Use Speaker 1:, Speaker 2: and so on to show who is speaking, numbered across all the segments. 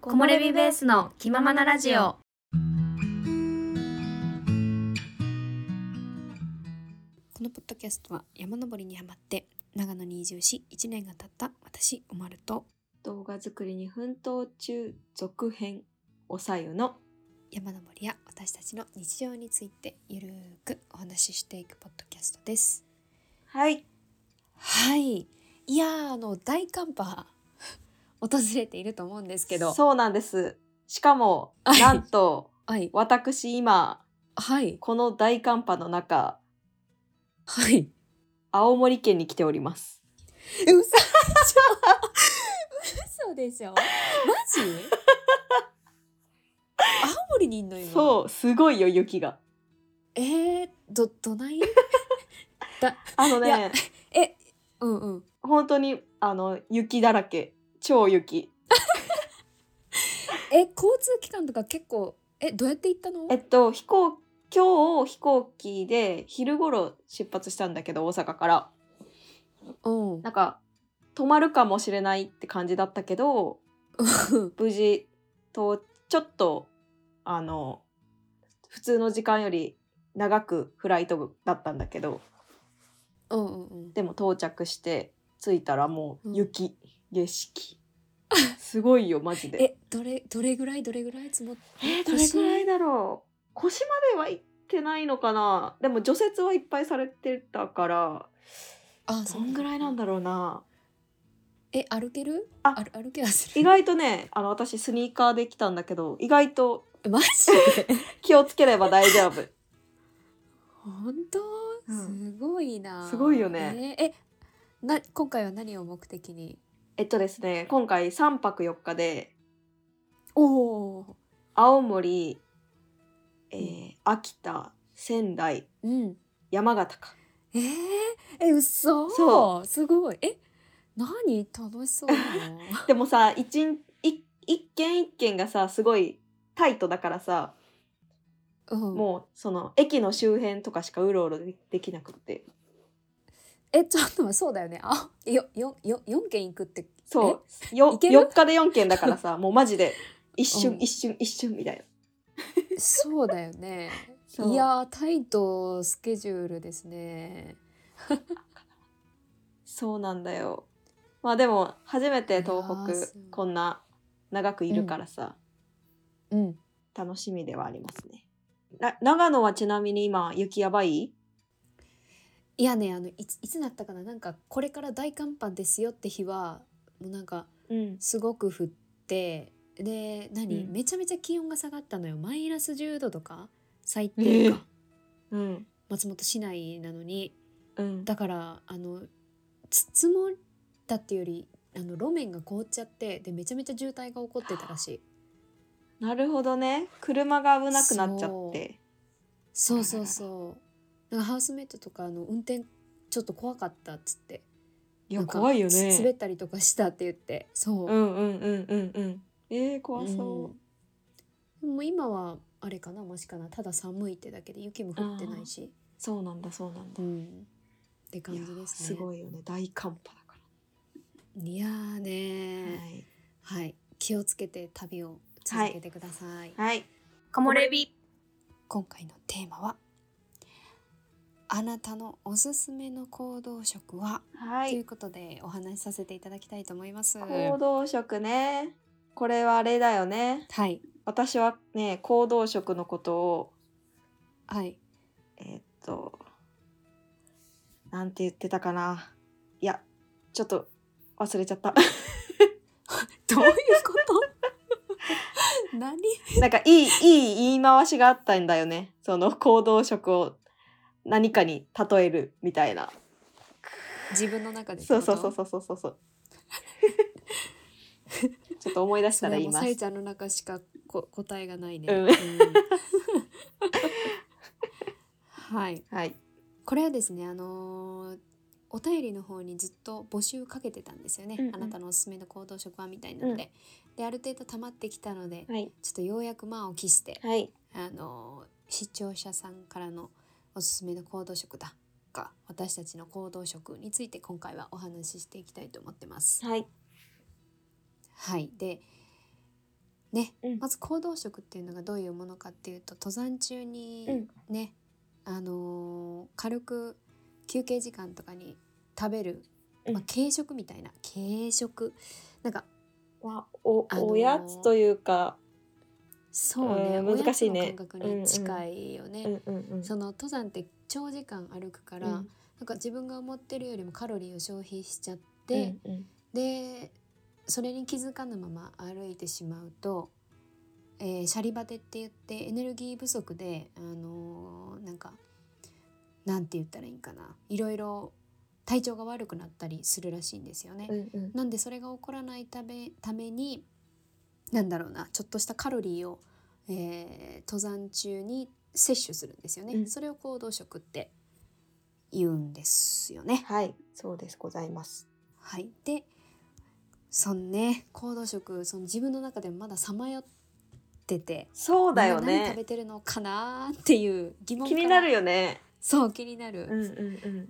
Speaker 1: 木漏れ日ベースの気ままなラジオ。
Speaker 2: このポッドキャストは山登りにハマって長野に移住し1年が経った私おまると
Speaker 3: 動画作りに奮闘中続編おさゆの
Speaker 2: 山登りや私たちの日常についてゆるーくお話ししていくポッドキャストです
Speaker 3: はい
Speaker 2: はいいやーあの大寒波訪れていると思うんですけど
Speaker 3: そうなんですしか も
Speaker 2: はい
Speaker 3: なんと
Speaker 2: はい
Speaker 3: 私今
Speaker 2: はい
Speaker 3: この大寒波の中
Speaker 2: はい
Speaker 3: 青森県に来ております
Speaker 2: え嘘でしょ嘘でしょマジ 青森にいんの今
Speaker 3: そうすごいよ雪が
Speaker 2: えー、どどない
Speaker 3: あの
Speaker 2: いや
Speaker 3: ね
Speaker 2: えうんうん
Speaker 3: 本当にあの雪だらけ超雪
Speaker 2: え交通機関とか結構えどうやって行ったの
Speaker 3: えっと飛行今日飛行機で昼頃出発したんだけど大阪から
Speaker 2: うん
Speaker 3: なんか泊まるかもしれないって感じだったけど無事とちょっとあの普通の時間より長くフライトだったんだけど
Speaker 2: うんうんうん
Speaker 3: でも到着して着いたらも
Speaker 2: うん
Speaker 3: う雪、景色すごいよマジで
Speaker 2: えどれどれぐらいどれぐらい積もっ
Speaker 3: えどれぐらいだろう腰までは行ってないのかなでも除雪はいっぱいされてたから
Speaker 2: あ
Speaker 3: そんぐらいなん
Speaker 2: だ
Speaker 3: だろうな
Speaker 2: え歩ける
Speaker 3: あ
Speaker 2: ある歩けはする
Speaker 3: 意外とねあの私スニーカーで来たんだけど意外と
Speaker 2: マジで
Speaker 3: 気をつければ大丈夫
Speaker 2: 本当
Speaker 3: うん
Speaker 2: すごいな、
Speaker 3: すごいよね
Speaker 2: えーえな今回は何を目的に
Speaker 3: えっとですね今回3泊4日で
Speaker 2: おお
Speaker 3: 青森、えー
Speaker 2: う
Speaker 3: 秋田仙台
Speaker 2: うん
Speaker 3: 山形か
Speaker 2: えー、え嘘
Speaker 3: そ
Speaker 2: すごいえ何楽しそうだな
Speaker 3: でもさ一ん一一軒一軒がさすごいタイトだからさ、
Speaker 2: うん
Speaker 3: もうその駅の周辺とかしかうろうろでできなくって
Speaker 2: えちょっと待ってそうだよねあよよよ四軒行くって
Speaker 3: そうよ
Speaker 2: いける
Speaker 3: 4日で4軒だか らさもうマジで一瞬、
Speaker 2: うん
Speaker 3: 一瞬一瞬みたいな
Speaker 2: えそうだよね
Speaker 3: そう
Speaker 2: いやータイトスケジュールですね
Speaker 3: そうなんだよまあでも初めて東
Speaker 2: いやーす
Speaker 3: 北
Speaker 2: ごい
Speaker 3: こんな長くいるからさ、
Speaker 2: うん
Speaker 3: 楽しみではありますねな長野はちなみに今雪やばい
Speaker 2: いやねあのいついつだったかななんかこれから大寒波ですよって日はもうなんか
Speaker 3: うん
Speaker 2: すごく降ってで何、
Speaker 3: うん
Speaker 2: めちゃめちゃ気温が下がったのよマイナス10度とか最低か、
Speaker 3: えーうん
Speaker 2: 松本市内なのに
Speaker 3: うん、
Speaker 2: だからあのつ積もったっていうよりあの路面が凍っちゃってでめちゃめちゃ渋滞が起こってたらしい
Speaker 3: なるほどね車が危なくなっちゃって
Speaker 2: そうそうそうなんかハウスメイトとかあの運転ちょっと怖かったっつって
Speaker 3: い
Speaker 2: なんかつ滑ったりとかしたって言ってそう、
Speaker 3: うんうんうんうんうんえー、怖そ
Speaker 2: う
Speaker 3: う、
Speaker 2: んもう今はあれかなマシかなただ寒いってだけで雪も降ってないし
Speaker 3: そうなんだそうなん
Speaker 2: う
Speaker 3: だ
Speaker 2: んって感じ
Speaker 3: いやー
Speaker 2: ですね
Speaker 3: すごいよね大寒波だか
Speaker 2: いやーね
Speaker 3: ら
Speaker 2: ー
Speaker 3: はい、
Speaker 2: はい気をつけて旅を続けてください
Speaker 3: はい、
Speaker 1: 木漏れ日。
Speaker 2: 今回のテーマはあなたのおすすめの行動食は、
Speaker 3: は
Speaker 2: とい、
Speaker 3: いう
Speaker 2: ことでお話しさせていただきたいと思います。
Speaker 3: 行動食ねこれはあれだよね
Speaker 2: はい
Speaker 3: 私はね行動食のことを
Speaker 2: はい
Speaker 3: えーっとなんて言ってたかないやちょっと忘れちゃった
Speaker 2: どういうこと 何
Speaker 3: なんかいいいい言い回しがあったんだよねその行動食を何かに例えるみたいな
Speaker 2: 自分の中でって
Speaker 3: そ
Speaker 2: こ
Speaker 3: う
Speaker 2: と
Speaker 3: そうそうそうそうそうそう ちょっと思い出し
Speaker 2: そ
Speaker 3: たら
Speaker 2: れ
Speaker 3: 言い
Speaker 2: も
Speaker 3: ま
Speaker 2: さ
Speaker 3: す
Speaker 2: ゆちゃんの中しかこ答えがないね、
Speaker 3: うん
Speaker 2: はい
Speaker 3: はい
Speaker 2: これはですねあのーお便りの方にずっと募集かけてたんですよね、
Speaker 3: うんうん
Speaker 2: あなたのおすすめの行動食はみたいなので、である程度溜まってきたので、
Speaker 3: はい
Speaker 2: ちょっとようやく満を期して、
Speaker 3: はい
Speaker 2: あの視聴者さんからのおすすめの行動食だか私たちの行動食について今回はお話ししていきたいと思ってます。
Speaker 3: はい
Speaker 2: はいでね、
Speaker 3: うん
Speaker 2: まず行動食っていうのがどういうものかっていうと登山中にね、あのー軽く休憩時間とかに食べる、ま
Speaker 3: う
Speaker 2: あ
Speaker 3: ん、
Speaker 2: 軽食みたいな軽食なんか
Speaker 3: まあ、お
Speaker 2: あのー
Speaker 3: おやつというか、
Speaker 2: そうね、
Speaker 3: うん難しいね
Speaker 2: おやつの感覚に近いよね、
Speaker 3: うんうんうん、
Speaker 2: その登山って長時間歩くから、
Speaker 3: うん
Speaker 2: なんか自分が思ってるよりもカロリーを消費しちゃって、
Speaker 3: うんうん
Speaker 2: でそれに気づかぬまま歩いてしまうと、えーシャリバテって言ってエネルギー不足であのーなんかなんて言ったらいいんかないろいろ体調が悪くなったりするらしいんですよね。
Speaker 3: うんうん
Speaker 2: なんでそれが起こらないためためになんだろうなちょっとしたカロリーを、えー登山中に摂取するんですよね、
Speaker 3: うん
Speaker 2: それを行動食って言うんですよね。
Speaker 3: はい、そうですございます。
Speaker 2: はい、でそんね行動食その自分の中でもまださまよってて
Speaker 3: そうだよ
Speaker 2: みんな何食
Speaker 3: ね
Speaker 2: べ。てるのかなーっていう疑問
Speaker 3: 気
Speaker 2: から
Speaker 3: になるよね。
Speaker 2: そう気になる、
Speaker 3: うんうん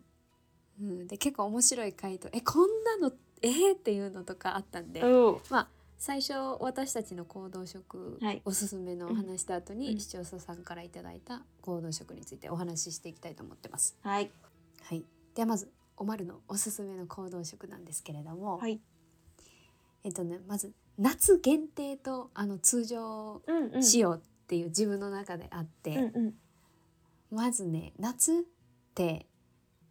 Speaker 2: うん、で結構面白い回答えこんなのえー、っていうのとかあったんで、
Speaker 3: うん。うん。
Speaker 2: 最初私たちの行動食、
Speaker 3: はい
Speaker 2: おすすめのお話した後に、
Speaker 3: うん
Speaker 2: 視聴者さんからいただいた行動食についてお話ししていきたいと思ってます。
Speaker 3: はい。
Speaker 2: はい、ではまずおまるのおすすめの行動食なんですけれども、
Speaker 3: はい。
Speaker 2: えっとねまず夏限定とあの通常
Speaker 3: うんうん。
Speaker 2: 仕様っていう自分の中であって、
Speaker 3: うんうん。
Speaker 2: まずね夏って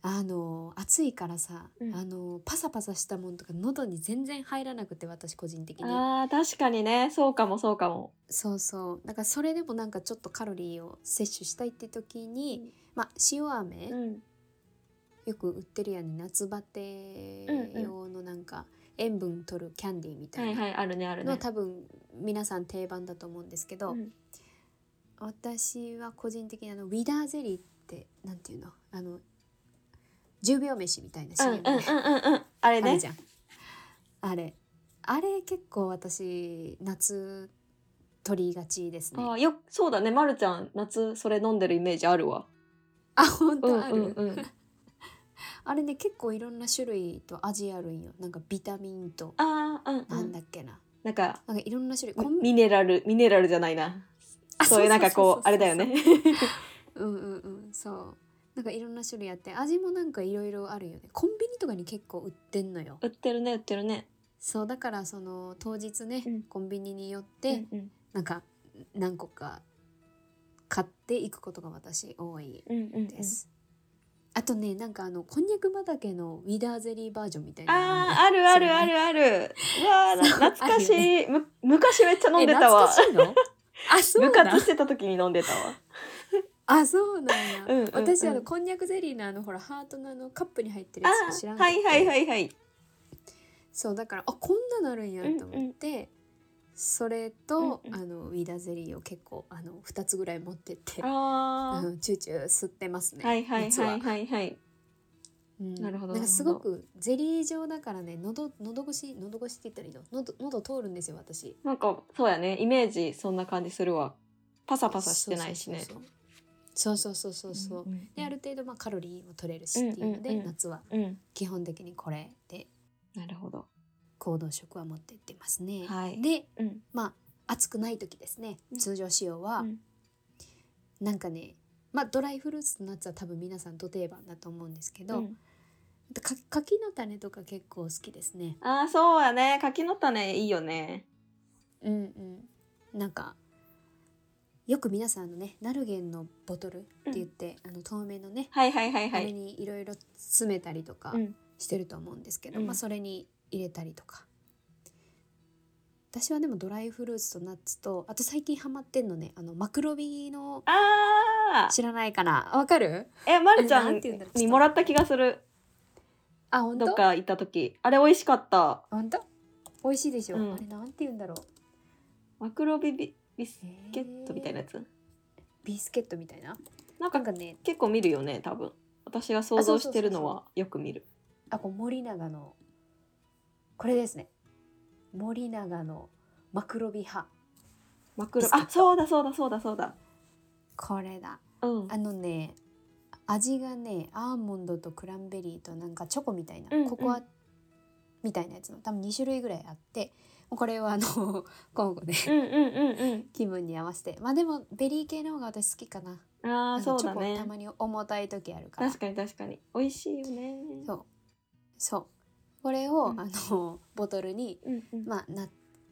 Speaker 2: あの暑いからさ、
Speaker 3: うん
Speaker 2: あのパサパサしたもんとか喉に全然入らなくて私個人的に。
Speaker 3: ああ確かにねそうかもそうかも。
Speaker 2: そうそうだからそれでもなんかちょっとカロリーを摂取したいって時に、
Speaker 3: うん
Speaker 2: まあ塩飴、
Speaker 3: ん
Speaker 2: よく売ってるやんね夏バテ用のなんか塩分取るキャンディーみた
Speaker 3: はいいは
Speaker 2: ない
Speaker 3: あるねある
Speaker 2: の、
Speaker 3: ね。
Speaker 2: 多分皆さん定番だと思うんですけど、
Speaker 3: うん
Speaker 2: 私は個人的にあのウィダーゼリーってなんていうのあの10秒飯みたいな
Speaker 3: うんうん
Speaker 2: CM
Speaker 3: うんうんうんあれ
Speaker 2: あれ
Speaker 3: ね
Speaker 2: じ。ゃんあれあれ結構私夏取りがちですね
Speaker 3: あーよそうだねまるちゃん夏それ飲んでるイメージあるわ。
Speaker 2: あ本
Speaker 3: うん
Speaker 2: 当ある、
Speaker 3: うんうん。
Speaker 2: あれね結構いろんな種類と味あるんよなんかビタミンと
Speaker 3: ああうんうん。
Speaker 2: なんだっけな、
Speaker 3: なんか
Speaker 2: なんかいろんな種類
Speaker 3: ミ
Speaker 2: コン
Speaker 3: ミネラルミネラルじゃないな。
Speaker 2: あ
Speaker 3: そういうなんかこ
Speaker 2: そうそうそうそう
Speaker 3: うあれだよね。
Speaker 2: うんうんうんそうなんかいろんな種類あって味もなんかいろいろあるよねコンビニとかに結構売ってんのよ
Speaker 3: 売ってるね売ってるね。
Speaker 2: そうだからその当日ね、
Speaker 3: うん
Speaker 2: コンビニによって、
Speaker 3: うん
Speaker 2: なんか何個か買っていくことが私多い
Speaker 3: うんうんうん。
Speaker 2: です、あとねなんかあのこんにゃく畑のウィダーゼリーバージョンみたいなの
Speaker 3: あ
Speaker 2: ね
Speaker 3: ああるあるあるある。うわあ
Speaker 2: そう
Speaker 3: 懐かし
Speaker 2: ある
Speaker 3: い。む昔めっちゃ飲んでたわ
Speaker 2: え。懐かしいのあそうな
Speaker 3: 部
Speaker 2: ん
Speaker 3: 活してた時に飲んでたわ。
Speaker 2: あそうなんや、
Speaker 3: うんうんうん
Speaker 2: 私あのこんにゃくゼリーのあのほらハートのあのカップに入ってる
Speaker 3: あ
Speaker 2: やつ知ら
Speaker 3: ー
Speaker 2: ん
Speaker 3: はいはいはいいはい。
Speaker 2: そうだからあこんなのあるんやと思って、それと、
Speaker 3: うんうん
Speaker 2: あのウィダーゼリーを結構あの二つぐらい持ってって
Speaker 3: あ
Speaker 2: うん、チューチュー吸ってますね
Speaker 3: あ。はいはい
Speaker 2: 夏は
Speaker 3: はいはいはい。
Speaker 2: うん
Speaker 3: なるほど
Speaker 2: なんか
Speaker 3: なるほ
Speaker 2: す
Speaker 3: ど
Speaker 2: ごくゼリー状だからね喉喉越し喉越しって言ったらいいの喉喉通るんですよ私
Speaker 3: なんかそうやねイメージそんな感じするわパサパサしてないしね
Speaker 2: そうそうそうそうそうそうそう、
Speaker 3: んん
Speaker 2: である程度まあカロリーも取れるしっていうので、
Speaker 3: うんうんうん
Speaker 2: 夏は
Speaker 3: うん
Speaker 2: 基本的にこれで
Speaker 3: なるほど
Speaker 2: 行動食は持って行ってますね。
Speaker 3: はい
Speaker 2: で
Speaker 3: うん
Speaker 2: まあ暑くない時ですね
Speaker 3: うん
Speaker 2: 通常仕様は、
Speaker 3: うん
Speaker 2: なんかねまあドライフルーツとナッツは多分皆さんと定番だと思うんですけど、
Speaker 3: うん
Speaker 2: か柿の種とか結構好きですね。
Speaker 3: ああそうやね柿の種いいよね
Speaker 2: うんうん、なんかよく皆さんあのねナルゲンのボトルって言って、あの透明のね、
Speaker 3: はいはいはいは
Speaker 2: あれ
Speaker 3: い
Speaker 2: にいろいろ詰めたりとか
Speaker 3: うん
Speaker 2: してると思うんですけど、
Speaker 3: うん
Speaker 2: まあ、それに入れたりとか私はでもドライフルーツとナッツとあと最近ハマってんのねあのマクロビの
Speaker 3: ああ
Speaker 2: 知らないかなわかる
Speaker 3: えまるちゃ
Speaker 2: あれなんんて言うんだろう
Speaker 3: にもらった気がする
Speaker 2: あ本
Speaker 3: どっ
Speaker 2: 当
Speaker 3: か行った時あれ美味しかった
Speaker 2: 本当美味しいでしょ、
Speaker 3: うん
Speaker 2: あれなんて言うんだろう
Speaker 3: マクロビビビスケットみたいなや
Speaker 2: つ
Speaker 3: つ
Speaker 2: ビスケットみたいな
Speaker 3: なん
Speaker 2: な
Speaker 3: か
Speaker 2: んかね
Speaker 3: 結構見るよね多分私が想像してるのはよく見る
Speaker 2: あこう森永のこれですね森永のマクロビ派
Speaker 3: マク
Speaker 2: ビ
Speaker 3: ロ
Speaker 2: スケッ
Speaker 3: あ
Speaker 2: ト
Speaker 3: そうだそうだそうだそうだ
Speaker 2: これだ
Speaker 3: うん
Speaker 2: あのね味がねアーモンドとクランベリーとなんかチョコみたいな、
Speaker 3: うんうん
Speaker 2: ココアみたいなやつの多分2種類ぐらいあってうこれはあの 交互で
Speaker 3: うんうんうん
Speaker 2: 気分に合わせてまあでもベリー系の方が私好きかな
Speaker 3: うん。あ
Speaker 2: あ
Speaker 3: あ
Speaker 2: の
Speaker 3: そう
Speaker 2: チ
Speaker 3: だ
Speaker 2: ョコ
Speaker 3: ね
Speaker 2: た。まに重たい時あるから
Speaker 3: 確かに確かに美味しいよね。
Speaker 2: そうそうこれを、
Speaker 3: うん
Speaker 2: あの ボトルに
Speaker 3: うんうん。
Speaker 2: まあナッ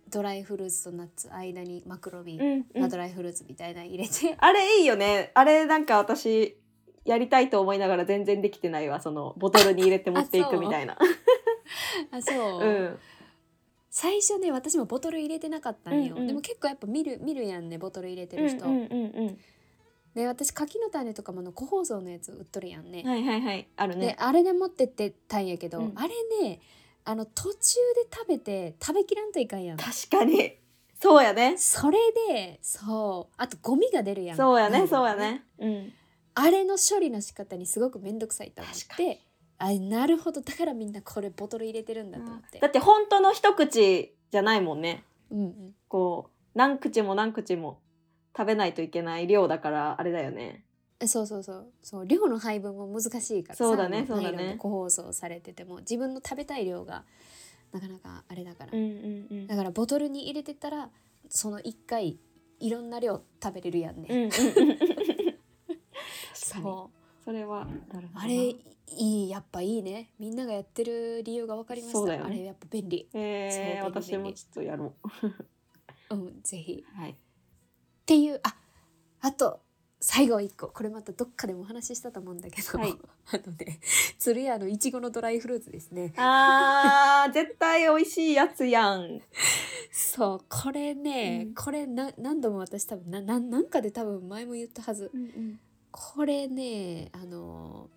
Speaker 2: ドライフルーツとナッツ間にマクロビー、
Speaker 3: うんう
Speaker 2: まあ
Speaker 3: ん
Speaker 2: ドライフルーツみたいなの入れて
Speaker 3: あれいいよね。あれなんか私やりたいと思いながら全然できてないわ。そのボトルに入れて持ってい
Speaker 2: あ
Speaker 3: く
Speaker 2: そう
Speaker 3: みたいな。
Speaker 2: あそう、
Speaker 3: うん。
Speaker 2: 最初ね私もボトル入れてなかったんよ、
Speaker 3: うんうん
Speaker 2: でも結構やっぱ見る見るやんねボトル入れて
Speaker 3: うん
Speaker 2: る
Speaker 3: うん
Speaker 2: 人、
Speaker 3: うん
Speaker 2: で私柿の種とかもあの個包装のやつ売っとるやんね、
Speaker 3: うん。はいはいはい。ある
Speaker 2: で
Speaker 3: ね。
Speaker 2: あれで持ってってたんやけど、
Speaker 3: うん
Speaker 2: あれねあの途中で食べて食べきらんといかんやん
Speaker 3: 確かに。そうやね。
Speaker 2: それでそうあとゴミが出るやん
Speaker 3: そうや
Speaker 2: な
Speaker 3: ね
Speaker 2: んか
Speaker 3: そうやね。うん。
Speaker 2: あれの処理の仕方にすごく面倒くさいと思っ
Speaker 3: 確か
Speaker 2: てあなるほどだからみんなこれボトル入れてるんだと思って
Speaker 3: だって本当の一口じゃないもんね。
Speaker 2: うんうん
Speaker 3: こう何口も何口も食べないといけない量だからあれだよね。
Speaker 2: えそうそうそうそう量の配分も難しいからさ
Speaker 3: そうだね
Speaker 2: も
Speaker 3: そう
Speaker 2: ナ
Speaker 3: だね
Speaker 2: イロンで個包装されてても自分の食べたい量がなかなかあれだから、
Speaker 3: うんうん
Speaker 2: だからボトルに入れてたらその1回いろんな量食べれるやんね、
Speaker 3: うんうんうん。確かに。
Speaker 2: そう
Speaker 3: それはなるほどな
Speaker 2: あれいいやっぱいいねみんながやってる理由が分かりました
Speaker 3: そうだよね
Speaker 2: あれやっぱ便利
Speaker 3: えー、
Speaker 2: そう便利
Speaker 3: 私もちょっとやろ
Speaker 2: う
Speaker 3: う。
Speaker 2: んぜひ
Speaker 3: はい。
Speaker 2: っていうああと最後一個これまたどっかでもお話ししたと思うんだけど、
Speaker 3: はい
Speaker 2: あのね鶴屋のいちごのドライフルーツですね
Speaker 3: あー、絶対美味しいやつやん。
Speaker 2: そうこれね、
Speaker 3: うん
Speaker 2: これな何度も私多分なななんかで多分前も言ったはずこれねあの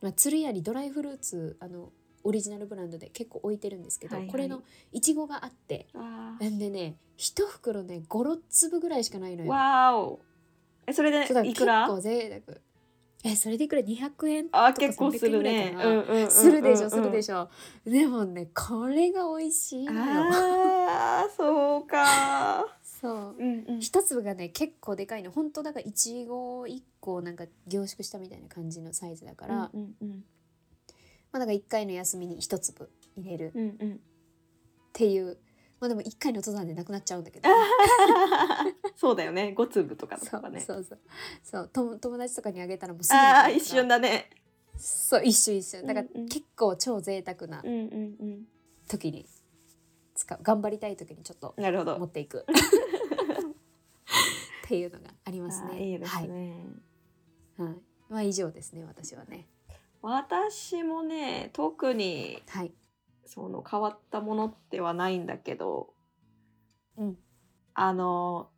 Speaker 2: ー、まあ、鶴屋にドライフルーツあのオリジナルブランドで結構置いてるんですけど、
Speaker 3: はいはい
Speaker 2: これのいちごがあって
Speaker 3: あ
Speaker 2: んでね一袋ね56粒ぐらいしかないの
Speaker 3: ー
Speaker 2: よ。
Speaker 3: わーお。え、それで
Speaker 2: そうだら
Speaker 3: いくら
Speaker 2: 結構贅沢えそれでいくら200円
Speaker 3: あー、
Speaker 2: とか
Speaker 3: 結構す
Speaker 2: 300円
Speaker 3: る
Speaker 2: ぐらい
Speaker 3: ね。
Speaker 2: か
Speaker 3: う
Speaker 2: なん
Speaker 3: うんうん。
Speaker 2: するでしょするで
Speaker 3: ょ。
Speaker 2: しょ、でもねこれが美味しいのよ
Speaker 3: あー、そうか。
Speaker 2: そう
Speaker 3: うんうん。
Speaker 2: 一粒がね結構でかいの本当だからいちご1個をなんか凝縮したみたいな感じのサイズだから、ま
Speaker 3: うんうん
Speaker 2: あなんか1回の休みに1粒入れる
Speaker 3: うんうんうん。
Speaker 2: っていうまあでも1回の登山でなくなっちゃうんだ けど、
Speaker 3: そうだよね。五粒とかと
Speaker 2: そう
Speaker 3: かね。
Speaker 2: そうそうそう友友達とかにあげたらもうすぐ
Speaker 3: ああ
Speaker 2: に
Speaker 3: ー、一瞬
Speaker 2: だ
Speaker 3: だね。
Speaker 2: そう一瞬一瞬だから
Speaker 3: うんうん
Speaker 2: 結構超贅沢な
Speaker 3: うんうん
Speaker 2: 時に使う頑張りたい時にちょっと
Speaker 3: うん。なるほ
Speaker 2: 持
Speaker 3: ど。
Speaker 2: っていくっていうのがあります
Speaker 3: あー
Speaker 2: ね。
Speaker 3: いいです
Speaker 2: はい、
Speaker 3: ね。
Speaker 2: はい、まあ以上ですね私はね。
Speaker 3: 私もね、特に
Speaker 2: はい。
Speaker 3: その変わったものってはないんだけど、
Speaker 2: うん。
Speaker 3: あの、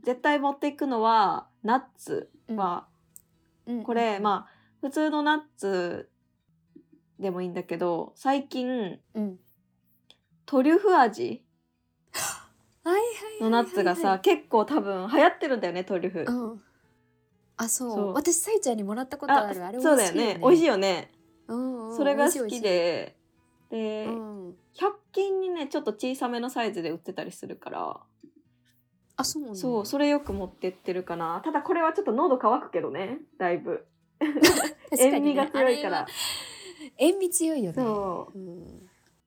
Speaker 3: 絶対持っていくのは、ナッツは、
Speaker 2: うん
Speaker 3: これ、
Speaker 2: あ、
Speaker 3: まあ、普通のナッツでもいいんだけど、最近、
Speaker 2: うん。
Speaker 3: トリュフ味
Speaker 2: はいはいはいはいはい
Speaker 3: のナッツがさ、、結構多分流行ってるんだよね、トリュ
Speaker 2: う
Speaker 3: フ。
Speaker 2: ん。あそう
Speaker 3: そう
Speaker 2: 私さいちゃんにもらったことあ
Speaker 3: あ
Speaker 2: るあれ美
Speaker 3: そう
Speaker 2: 味
Speaker 3: だ
Speaker 2: し
Speaker 3: よ
Speaker 2: いよね
Speaker 3: ね。。美味しい
Speaker 2: い。
Speaker 3: よね。
Speaker 2: うんうん、
Speaker 3: それが
Speaker 2: 美
Speaker 3: 好
Speaker 2: 味しい。
Speaker 3: きで、
Speaker 2: 美
Speaker 3: で、
Speaker 2: 味しいうん。
Speaker 3: 100均にね、ちょっと小さめのサイズで売ってたりするから、
Speaker 2: あそうなんだ
Speaker 3: そう、それよく持ってってるかな。ただこれはちょっと喉乾くけどね、だいぶ。
Speaker 2: 確か
Speaker 3: 塩
Speaker 2: にね
Speaker 3: 味が強いか。
Speaker 2: あれ
Speaker 3: ら
Speaker 2: は。塩味強いよね。。
Speaker 3: そう
Speaker 2: うん。
Speaker 3: う。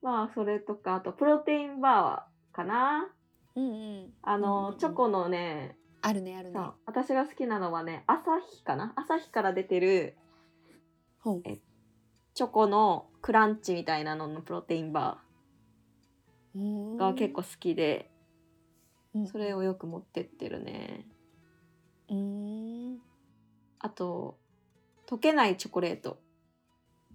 Speaker 3: まあ、それとか、あと、プロテインバーかな。
Speaker 2: うんうん。
Speaker 3: あ
Speaker 2: うんうん
Speaker 3: の
Speaker 2: う、ん
Speaker 3: チョコのね、
Speaker 2: あるねあるね
Speaker 3: そ。う私が好きなのはね、朝日かな。朝日から出てる
Speaker 2: ほう。
Speaker 3: チョコのクランチみたいなののプロテインバ
Speaker 2: うん
Speaker 3: ーが結構好きで、
Speaker 2: うん
Speaker 3: それをよく持ってってるね。
Speaker 2: うん。
Speaker 3: あと、溶けないチョコレート。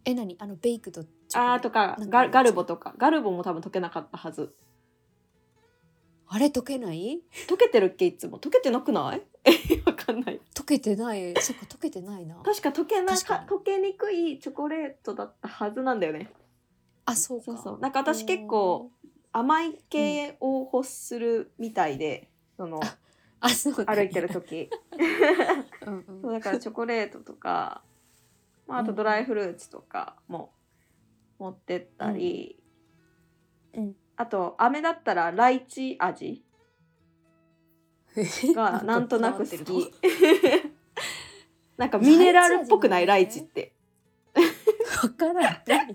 Speaker 2: え何あのベイクドチョコレート
Speaker 3: あーとか
Speaker 2: なん
Speaker 3: ガ、ガル
Speaker 2: あ
Speaker 3: ボとか。ガルボも多分溶けなかったはず。
Speaker 2: あれ溶けない
Speaker 3: 溶けてるっけいつも。溶けてなくない えわかんない。
Speaker 2: 溶けてないそっか溶けてないな
Speaker 3: 確か溶けなか
Speaker 2: 確かに
Speaker 3: 溶けにくいチョコレートだったはずなんだよね。
Speaker 2: あそうか
Speaker 3: そうそう。なんか私結構甘い系を欲するみたいで、その
Speaker 2: あそうなんや
Speaker 3: 歩いてる時。
Speaker 2: うん
Speaker 3: そううんだからチョコレートとか、まあ、あとドライフルーツとかも持ってったり、
Speaker 2: うん
Speaker 3: あと飴だったらライチ味 がなんとなく好き なんかミネラルっぽくない
Speaker 2: ラ
Speaker 3: ラ
Speaker 2: イ
Speaker 3: イ
Speaker 2: チ味な
Speaker 3: チっ
Speaker 2: ん
Speaker 3: て
Speaker 2: わからん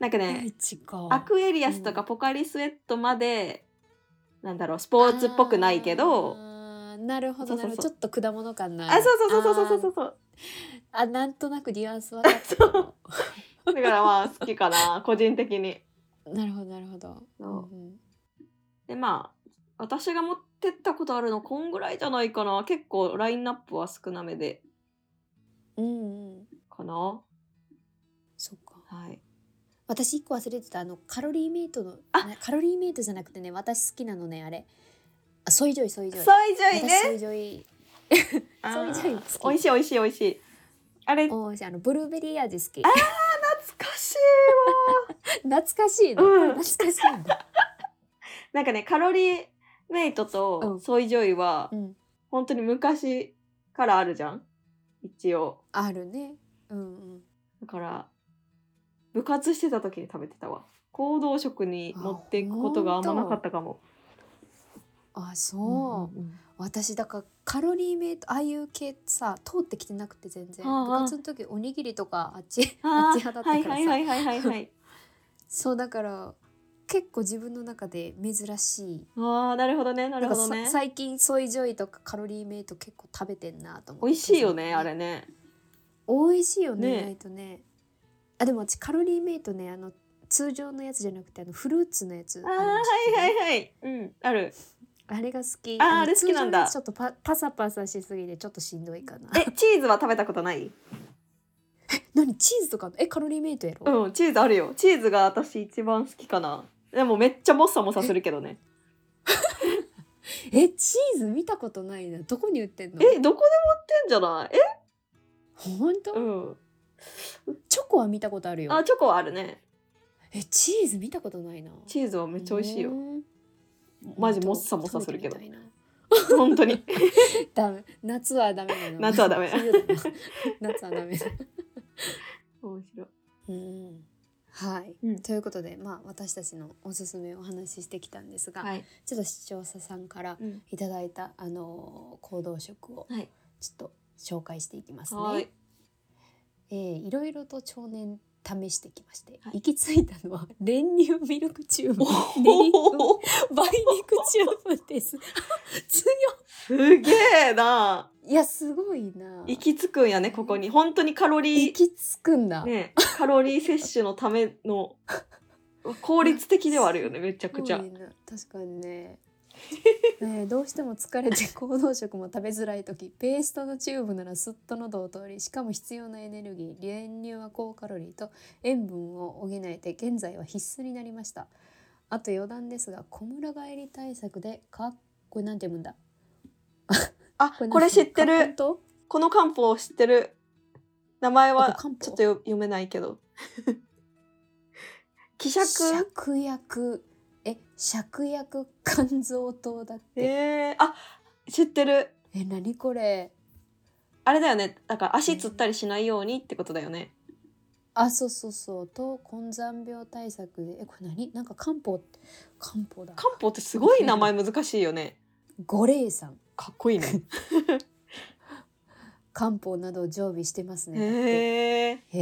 Speaker 3: なんかね、
Speaker 2: 大地か
Speaker 3: アクエリアスとかポカリスエットまで、なんだろうスポーツっぽくないけど
Speaker 2: あーなるほど
Speaker 3: そうそう
Speaker 2: なるほ
Speaker 3: そう
Speaker 2: どちょっと果物感ない
Speaker 3: あそうそうそうそうそうそうそう
Speaker 2: あーあなんとなくニュアンス分 かったかも
Speaker 3: だからまあ好きかな個人的に。
Speaker 2: なるほどなるほど
Speaker 3: そ
Speaker 2: うんうん
Speaker 3: でまあ私が持ってったことあるのこんぐらいじゃないかな結構ラインナップは少なめで
Speaker 2: うんうん
Speaker 3: かな
Speaker 2: そっか
Speaker 3: はい
Speaker 2: 私一個忘れてたあのカロリーメイトの
Speaker 3: あ
Speaker 2: なカロリーメイトじゃなくてね私好きなのねあれあソイジョイソイジョイ
Speaker 3: ソイジョイ
Speaker 2: 私ソ
Speaker 3: ね
Speaker 2: イジョイ
Speaker 3: あ
Speaker 2: ソイジョイ
Speaker 3: ー
Speaker 2: 好き
Speaker 3: 美味しい美味しい美味しいあれ懐
Speaker 2: おーしあのブルーベリー味好き
Speaker 3: かしい
Speaker 2: 懐かしいね、
Speaker 3: うん
Speaker 2: 懐かしいんだ、
Speaker 3: なんかねカロリーメイト
Speaker 2: う
Speaker 3: と
Speaker 2: ん
Speaker 3: ソイジョイは
Speaker 2: うん、
Speaker 3: 本当に昔からあるじゃん一応
Speaker 2: あるねうんうん
Speaker 3: だから部活してた時に食べてたわ行動食に持っていくことがあんまなかったかも
Speaker 2: あそう、
Speaker 3: うんうん
Speaker 2: 私だからカロリーメイトああいう系さ通ってきてなくて全然
Speaker 3: ああ
Speaker 2: 部活の時おにぎりとかあっち
Speaker 3: うん
Speaker 2: あ
Speaker 3: あ
Speaker 2: っち
Speaker 3: ー
Speaker 2: 派だった
Speaker 3: は
Speaker 2: から
Speaker 3: い
Speaker 2: さ、
Speaker 3: はいはいはいはいはい
Speaker 2: そうだから結構自分の中で珍しい
Speaker 3: ああなるほどねなるほど
Speaker 2: なん
Speaker 3: ね
Speaker 2: かさ最近ソイジョイとかカロリーメイト結構食べてんなと思って
Speaker 3: 美味しいよねあれね
Speaker 2: 美味しいよね
Speaker 3: ね
Speaker 2: 意外とねあでも私カロリーメイトねあの通常のやつじゃなくてあのフルーツのやつ
Speaker 3: あー
Speaker 2: る
Speaker 3: は
Speaker 2: の
Speaker 3: いはい
Speaker 2: 知ってる
Speaker 3: はいうんある
Speaker 2: あれが好き
Speaker 3: あー
Speaker 2: の
Speaker 3: あれ好きな
Speaker 2: 通常
Speaker 3: んだ
Speaker 2: のやつちょっとパパサパサしすぎてちょっとしんどいかな
Speaker 3: えチーズは食べたことない
Speaker 2: 何チーズとかえカロリーメイトやろ、
Speaker 3: うんチーズあるよチーズが私一番好きかなでもめっちゃモッサモサするけどね
Speaker 2: えチーズ見たことないなどこに売ってんの
Speaker 3: えどこでも売ってんじゃないえ
Speaker 2: ほんと
Speaker 3: うん
Speaker 2: チョコは見たことあるよ
Speaker 3: あチョコはあるね
Speaker 2: えチーズ見たことないな
Speaker 3: チーズはめっちゃ美味しいよ
Speaker 2: うん
Speaker 3: マ
Speaker 2: ほん
Speaker 3: ジ
Speaker 2: と
Speaker 3: モッサモサするけど
Speaker 2: 食べてみたいな
Speaker 3: 本当に
Speaker 2: ダメ夏はダメなの
Speaker 3: 夏はダメ
Speaker 2: 冬だな 夏はダメだ
Speaker 3: 面白い
Speaker 2: うんはい、
Speaker 3: うん
Speaker 2: ということで、まあ、私たちのおすすめをお話ししてきたんですが、
Speaker 3: はい、
Speaker 2: ちょっと視聴者さんから
Speaker 3: うん、
Speaker 2: いただいた、あのー行動食を
Speaker 3: はい
Speaker 2: ちょっと紹介していきますね。
Speaker 3: はい
Speaker 2: えーいろいろと長年試してきまして、
Speaker 3: はい
Speaker 2: 行き着いたのは練乳ミルクチューブ練乳
Speaker 3: おー
Speaker 2: 梅肉チューブです 強
Speaker 3: すげえない
Speaker 2: いやすごいな
Speaker 3: 行き着くんやねここに本当にカロリ
Speaker 2: 行
Speaker 3: ー
Speaker 2: き着くんだ、
Speaker 3: ねカロリー摂取のため の効率的ではあるよねめちゃくちゃ
Speaker 2: すごいな確かにね ねえどうしても疲れ て行動食も食べづらい時ペーストのチューブならすっと喉を通りしかも必要なエネルギー練乳は高カロリーと塩分を補えて現在は必須になりましたあと余談ですが小村帰り対策でかこれなんて読むんだ
Speaker 3: あ
Speaker 2: なん
Speaker 3: これ知って
Speaker 2: カップン
Speaker 3: る
Speaker 2: と
Speaker 3: この漢方知ってる名前
Speaker 2: あ
Speaker 3: は
Speaker 2: と漢方
Speaker 3: ちょっとよ読めないけど 希釈
Speaker 2: 芍薬え芍薬肝臓糖だって
Speaker 3: えー、あ知ってる
Speaker 2: え何これ
Speaker 3: あれだよねだから足つったりしないようにってことだよね
Speaker 2: あそうそうそうと根山病対策でえこれ何なんか漢方漢方だ
Speaker 3: 漢方ってすごい名前難しいよね
Speaker 2: 五苓散
Speaker 3: かっこいい ね
Speaker 2: 漢方などを常備してますねだって
Speaker 3: へえ
Speaker 2: へ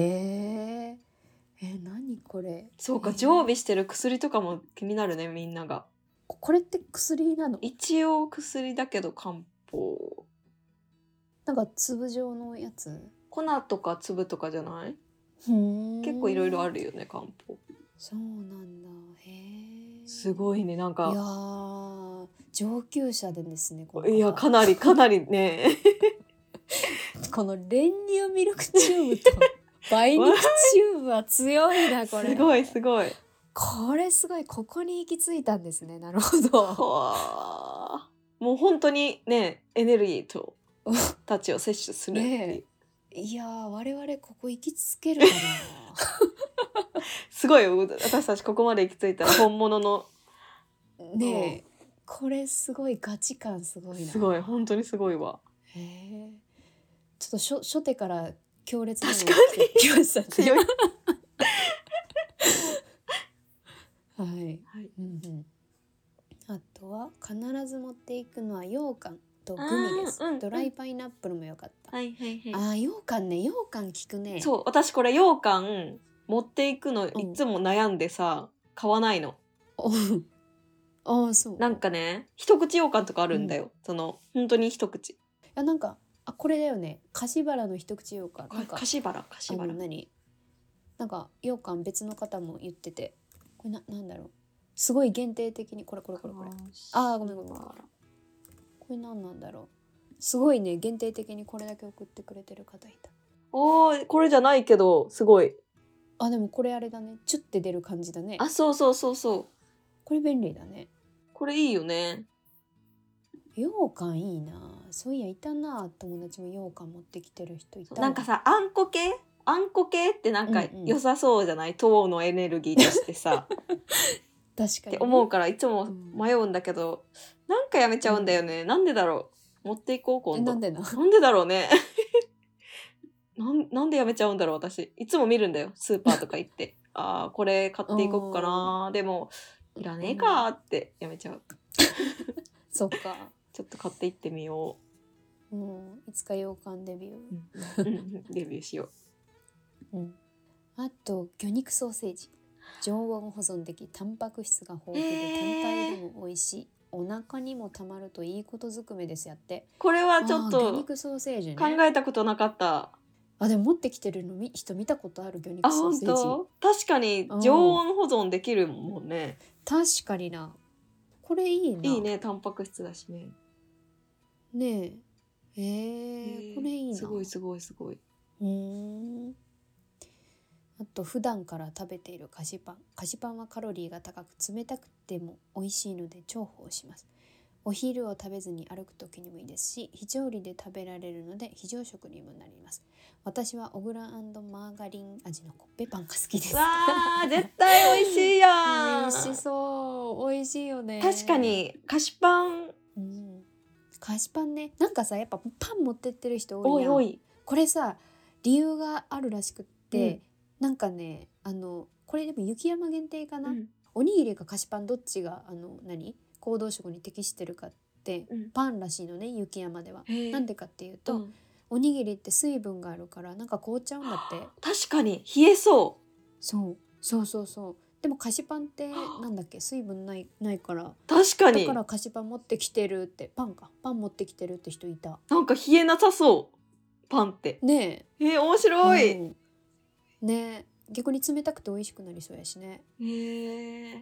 Speaker 2: ええ何これ
Speaker 3: そう
Speaker 2: え
Speaker 3: か
Speaker 2: ー
Speaker 3: 常備してる薬とかも気になるねみんなが
Speaker 2: ここれって薬なの
Speaker 3: 一応薬だけど漢方
Speaker 2: なんか粒状のやつ
Speaker 3: 粉とか粒とかじゃない
Speaker 2: 結
Speaker 3: 結構いろいろあ
Speaker 2: る
Speaker 3: るよね漢方
Speaker 2: そうなんだへえ
Speaker 3: すごいねなん
Speaker 2: いや
Speaker 3: か
Speaker 2: ー上級者でですねこの方
Speaker 3: いやかなりかなりね
Speaker 2: この練乳ミルクチューブ と梅肉チューブは強い なこれ
Speaker 3: すごいすごい
Speaker 2: これすごいここに行き着いたんですね なるほど
Speaker 3: はあもう本当にねエネルギーとたちを摂取するっていう
Speaker 2: ねいやー我々ここ行きつけるか
Speaker 3: すごいよ私たちここまで行き着いた ら本物の
Speaker 2: な ねえこれすごいガチ感すごいな
Speaker 3: すごい本当にすごいわ
Speaker 2: へえちょっと初初手から強烈なのが
Speaker 3: 確か
Speaker 2: 来てきましたね
Speaker 3: 強い
Speaker 2: はい、
Speaker 3: はい
Speaker 2: うんうん、あとは必ず持っていくのは羊羹とグミです、
Speaker 3: あーうんうん
Speaker 2: ドライパイナップルもよかった、
Speaker 3: はいはい
Speaker 2: あー羊羹ね羊羹効くね
Speaker 3: そう私これ羊羹持っていくのい
Speaker 2: ん
Speaker 3: つも悩んでさ、買わないの
Speaker 2: ああそう
Speaker 3: なんかね一口羊羹とかあるんだよ、その本当に一口
Speaker 2: いやなんかあこれだよね柏原の一口羊羹なんか
Speaker 3: 柏原
Speaker 2: あ
Speaker 3: 柏
Speaker 2: の
Speaker 3: 原
Speaker 2: 何なんか羊羹別の方も言っててこれななんだろうすごい限定的にこれこれこれこれあーごめんごめんごめんこれ何なんだろうすごいね限定的にこれだけ送ってくれてる方いた
Speaker 3: おーこれじゃないけどすごい
Speaker 2: あでもこれあれだねチュッて出る感じだね
Speaker 3: あそうそうそうそう
Speaker 2: これ便利だね
Speaker 3: これいいよね
Speaker 2: 羊羹いいなそういやいたな友達も羊羹持ってきてる人いたわ
Speaker 3: なんかさあんこ系あんこ系ってなんか
Speaker 2: うんうん
Speaker 3: 良さそうじゃない、糖のエネルギーとし てさ
Speaker 2: 確か
Speaker 3: っ
Speaker 2: にね、
Speaker 3: て思うからいつも
Speaker 2: うん
Speaker 3: 迷うんだけど、なんかやめちゃうんだよね、なんでだろう持っていこう
Speaker 2: え
Speaker 3: 今度
Speaker 2: なんでな
Speaker 3: なんでだろうね なんなんでやめちゃうんだろう私いつも見るんだよスーパーとか行って ああこれ買っていこうかなでもいらねえかーってやめちゃう
Speaker 2: そっか
Speaker 3: ちょっと買っていってみよ
Speaker 2: もういつか羊羹デビュー
Speaker 3: う、うんデビューしよ
Speaker 2: う
Speaker 3: う
Speaker 2: ん、あと魚肉ソーセージ常温保存できタンパク質が豊富で
Speaker 3: へ
Speaker 2: 単
Speaker 3: ー
Speaker 2: 体でも美味しいお腹にもたまるといいことずくめですやって
Speaker 3: これはちょっ
Speaker 2: あー魚
Speaker 3: と
Speaker 2: 肉ソーセージね
Speaker 3: 考えたことなかった
Speaker 2: あでも持ってきてるのみ人見たことある魚
Speaker 3: あ
Speaker 2: 肉ソー
Speaker 3: 本
Speaker 2: セージ
Speaker 3: 当確かに常温保存できるもんね
Speaker 2: 確かになこれいいない
Speaker 3: いねタンパク質だしね
Speaker 2: ねええ
Speaker 3: へ
Speaker 2: ー、
Speaker 3: ー
Speaker 2: これいいな
Speaker 3: すごいすごいすごいう
Speaker 2: ーんあと普段から食べている菓子パン菓子パンはカロリーが高く冷たくても美味しいので重宝しますお昼を食べずに歩く時にもいいですし非常理で食べられるので非常食にもなります私はオグラマーガリン味のコッペパンが好きです
Speaker 3: わー絶対美味しい やん
Speaker 2: 美味しそう美味しいよね
Speaker 3: 確かに菓子パン
Speaker 2: うん菓子パンねなんかさやっぱパン持ってってる人多
Speaker 3: お
Speaker 2: い
Speaker 3: い
Speaker 2: やん
Speaker 3: おい
Speaker 2: これさ理由があるらしくって、
Speaker 3: うん
Speaker 2: なんかねあのこれでも雪山限定かな、
Speaker 3: うん
Speaker 2: おにぎりか菓子パンどっちがあの何行動食に適してるかって
Speaker 3: うん
Speaker 2: パンらしいのね雪山では。
Speaker 3: へー
Speaker 2: なんでかっていうと、
Speaker 3: うん
Speaker 2: おにぎりって水分があるからなんか凍っちゃうんだって
Speaker 3: 確かに冷え そ
Speaker 2: そうそうそうそうでも菓子パンってなんだっけ水分ないないから
Speaker 3: う確か
Speaker 2: だ
Speaker 3: に
Speaker 2: から菓子パン持ってきてるってパンかパン持ってきてるって人いた
Speaker 3: なんか冷えなさそうパンって
Speaker 2: ね
Speaker 3: えー、面
Speaker 2: え
Speaker 3: 白い、
Speaker 2: うんねえ逆に冷たくて美味しくなりそうやしね
Speaker 3: へー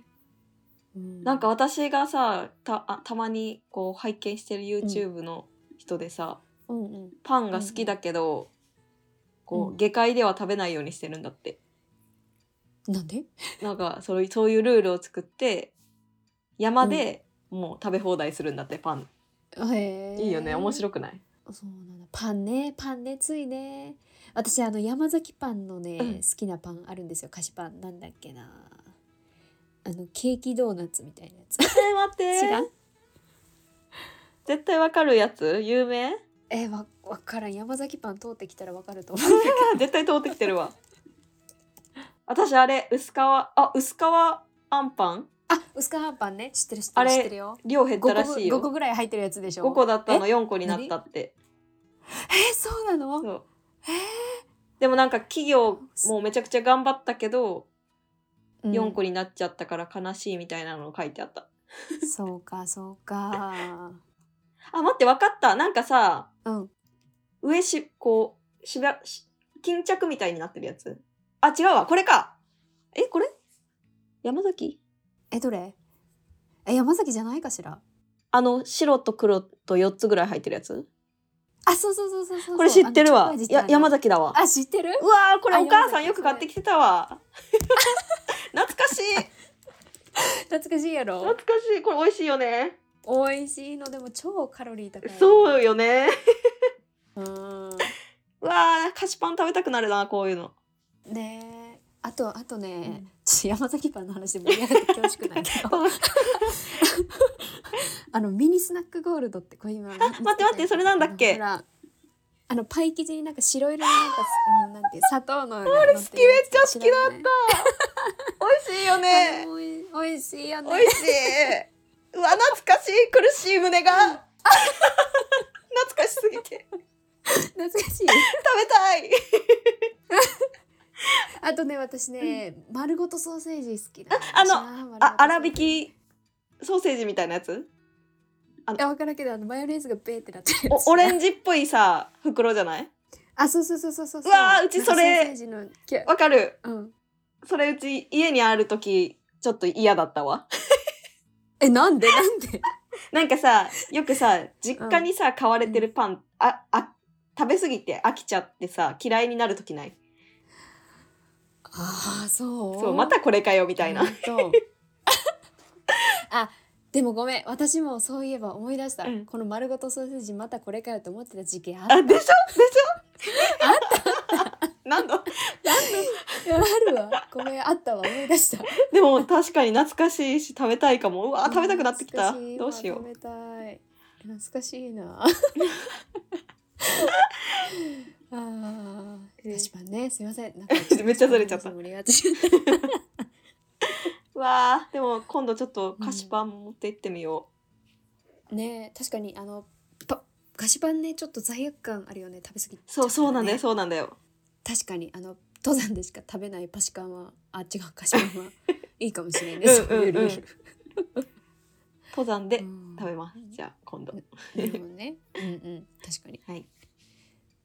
Speaker 2: な
Speaker 3: なんか、私がさたあたまにこう拝見してる YouTube の人でさ、
Speaker 2: うんうん、
Speaker 3: パンが好きだけど、こ
Speaker 2: う
Speaker 3: うん下界では食べないようにしてるんだって、
Speaker 2: なんで
Speaker 3: なんかそういうそういうルールを作って山でもう食べ放題するんだってパン、
Speaker 2: へ
Speaker 3: いいよね面
Speaker 2: い
Speaker 3: 白 くない
Speaker 2: そうなんだパンねパンねついね私あの山崎パンのね、
Speaker 3: うん
Speaker 2: 好きなパンあるんですよ菓子パンなんだっけなあのケーキドーナツみたいなやつ
Speaker 3: えー待って
Speaker 2: 違う
Speaker 3: 絶対わかるやつ有名
Speaker 2: えー、わわからん山崎パン通ってきたらわかると思
Speaker 3: 絶対通ってきてるわ私あれ薄皮あ薄皮あんパン
Speaker 2: うあ 薄皮パンね知ってる知って
Speaker 3: あ
Speaker 2: る
Speaker 3: れ
Speaker 2: 知ってるよ
Speaker 3: 量減っ
Speaker 2: 五
Speaker 3: た
Speaker 2: 個
Speaker 3: らしいよ
Speaker 2: 5個ぐらい入ってるやつでしょ
Speaker 3: 5個だったの
Speaker 2: え
Speaker 3: 4個になったって
Speaker 2: えーそうなの
Speaker 3: そうでもなんか企業もうめちゃくちゃ頑張ったけど4個になっちゃったから悲しいみたいなのを書いてあった、
Speaker 2: うんそうかそうか
Speaker 3: あ待って分かったなんかさ
Speaker 2: うん
Speaker 3: 上しこうしばし巾着みたいになってるやつあ違うわこれかえこれ山崎
Speaker 2: えどれえ山崎じゃないかしら
Speaker 3: あの白と黒と4つぐらい入ってるやつ
Speaker 2: あ、そうそうそうそうそう。
Speaker 3: これ知ってる
Speaker 2: あ
Speaker 3: わ
Speaker 2: のチョコ味ってあ
Speaker 3: や
Speaker 2: る
Speaker 3: 山崎だわ
Speaker 2: あ、知ってる
Speaker 3: うわーこれ
Speaker 2: あ
Speaker 3: お母さ
Speaker 2: 山
Speaker 3: ん
Speaker 2: 崎
Speaker 3: よく買ってきてたわ 懐かしい
Speaker 2: 懐かしいやろ
Speaker 3: 懐。かしいこれ美味しいよね
Speaker 2: 美味しいの、でも超カロリー高い。う。
Speaker 3: そうよね
Speaker 2: うん。
Speaker 3: うわー菓子パン食べたくなるなこういうの
Speaker 2: ねえ。あと、あとね、
Speaker 3: うん
Speaker 2: ちょっと山崎パンの話で盛り上がって恐縮なんだけど。あの、ミニスナックゴールドって、これ今。待って
Speaker 3: 待って待ってそれなんだっけ
Speaker 2: ほらあのパイ生地になんか白色のなんか、あのなんていう砂糖の。俺好き、めっ
Speaker 3: ちゃ好きだ
Speaker 2: っ
Speaker 3: 美味しいよ
Speaker 2: た
Speaker 3: ね
Speaker 2: おい、おいしいよね。
Speaker 3: 美味しいうわ懐かしい苦しい胸 が懐かしすぎて
Speaker 2: 懐かしい。
Speaker 3: 食べたい
Speaker 2: あとね私ね、丸ごとソーセージ好きだ
Speaker 3: あの
Speaker 2: の
Speaker 3: あ粗挽きソーセージみたいなやつ
Speaker 2: いや分からんけどあのマヨネーズがベーってなってるやつ
Speaker 3: おオレンジっぽいさ袋じゃない
Speaker 2: あそうそうそうそうそう
Speaker 3: うわーうちそれ
Speaker 2: なんかソーセージのキャ
Speaker 3: わかる
Speaker 2: うん
Speaker 3: それうち家にある時ちょっと嫌だったわ
Speaker 2: えなんでなんで
Speaker 3: なんかさよくさ実家にさ買われてるパンああ食べ過ぎて飽きちゃってさ嫌いになる時ない
Speaker 2: ああそう
Speaker 3: そうまたこれかよみたいな、
Speaker 2: ほんとあでもごめん私もそういえば思い出した、
Speaker 3: うん
Speaker 2: この丸ごとソーセージまたこれかよと思ってた時期あった
Speaker 3: あでしょでしょなんだ
Speaker 2: いや あるわごめんあったわ思い出した
Speaker 3: でも確かに懐かしいし食べたいかもうわ食べたくなってきた
Speaker 2: 懐かしい
Speaker 3: どうしよう
Speaker 2: 食べたい懐かしい なあー
Speaker 3: え
Speaker 2: 確かにねすいませんなん
Speaker 3: めっちゃずれちゃった
Speaker 2: 盛り上がっちゃった
Speaker 3: わあでも今度ちょっと菓子パン持って行ってみよ
Speaker 2: ねえ確かにあのパ菓子パンねちょっと罪悪感あるよね食べ過ぎちゃっ
Speaker 3: う、
Speaker 2: た
Speaker 3: そ
Speaker 2: ら
Speaker 3: うそうなんだよ
Speaker 2: ね
Speaker 3: そうなんだよ
Speaker 2: 確かにあの登山でしか食べないパシカンはあ違う菓子パ ンはいいかもしれないね
Speaker 3: うん
Speaker 2: そういうルー
Speaker 3: 登山で
Speaker 2: ル
Speaker 3: 食べますじゃあ今度
Speaker 2: べるほどねうんうん確かに
Speaker 3: はい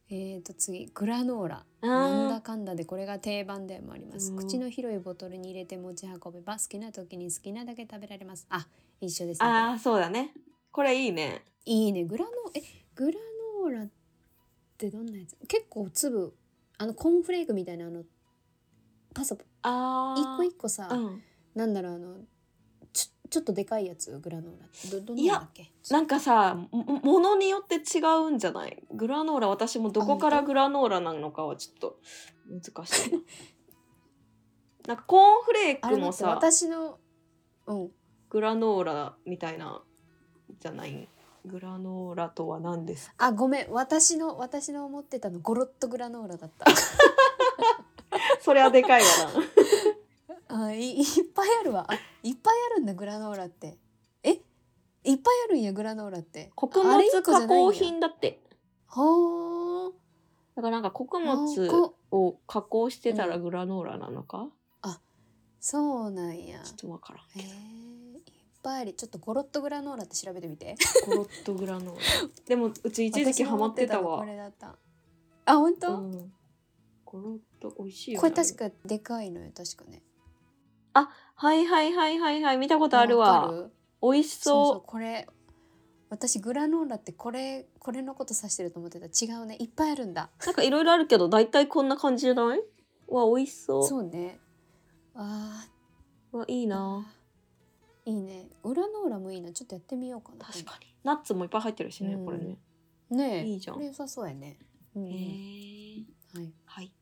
Speaker 2: えーと次グラノーラ
Speaker 3: あー
Speaker 2: なんだかんだでこれが定番でもあります
Speaker 3: うん
Speaker 2: 口の広いボトルに入れて持ち運べば好きな時に好きなだけ食べられますあ一緒ですね
Speaker 3: ああそうだねこれいいね
Speaker 2: いいねグラノえグラノーラってどんなやつ結構粒あのコーンフレークみたいなあのパソ
Speaker 3: ああ
Speaker 2: 一個一個さ、
Speaker 3: うん、
Speaker 2: なんだろうあのちょちょっとでかいやつグラノーラってどどん
Speaker 3: い
Speaker 2: な
Speaker 3: や
Speaker 2: んだっけ
Speaker 3: なんかさもものによって違うんじゃないグラノーラ私もどこか
Speaker 2: あ
Speaker 3: ら
Speaker 2: 本当
Speaker 3: グラノーラなのかはちょっと難しい ななんかコーンフレー
Speaker 2: あ
Speaker 3: ク
Speaker 2: れだ
Speaker 3: も
Speaker 2: って
Speaker 3: さ
Speaker 2: 私のうん
Speaker 3: グラノーラみたいなじゃないグラノーラとは何です
Speaker 2: あごめん私の私の思ってたのゴロッとグラノーラだった
Speaker 3: それはでかいわな
Speaker 2: あいい っぱいあるわあいっぱいあるんだグラノーラってえいっぱいあるんやグラノーラって
Speaker 3: 穀
Speaker 2: ああ
Speaker 3: 物
Speaker 2: れ一個じ
Speaker 3: 加
Speaker 2: ゃないんや
Speaker 3: 工品だって
Speaker 2: ほー
Speaker 3: だからなんか穀
Speaker 2: あこ
Speaker 3: 物を加工してたら
Speaker 2: うん
Speaker 3: グラノーラなのか、
Speaker 2: そうなんや
Speaker 3: ちょっと わからん
Speaker 2: へ
Speaker 3: け
Speaker 2: えい
Speaker 3: ど
Speaker 2: っぱいありちょっとゴロッとグラノーラって調べてみて
Speaker 3: コロッとグラノーラでもうち一時期ハマってたわ
Speaker 2: 私の思ってのこれだったあ本当、
Speaker 3: うん、ゴロッと美味しいよね
Speaker 2: これ確かでかいのよ確かね
Speaker 3: はいはいはいはいはい見たことあるわ
Speaker 2: かる
Speaker 3: 美味し
Speaker 2: そうそう
Speaker 3: そ
Speaker 2: これ私グラノーラってこれこれのこと指してると思ってた違うねいっぱいあるんだ
Speaker 3: うなんかいろいろあるけど大体こんな感じじゃないわ美味しそう
Speaker 2: そうねあ
Speaker 3: うわいい
Speaker 2: ー
Speaker 3: ない
Speaker 2: いねグラノーラもいいなちょっとやってみようかな
Speaker 3: 確かにナッツもいっぱい入ってるしね、
Speaker 2: うん
Speaker 3: これね
Speaker 2: にねえ
Speaker 3: いいじゃん
Speaker 2: これ良さそうやねうんうん、
Speaker 3: へえ
Speaker 2: はい、
Speaker 3: はい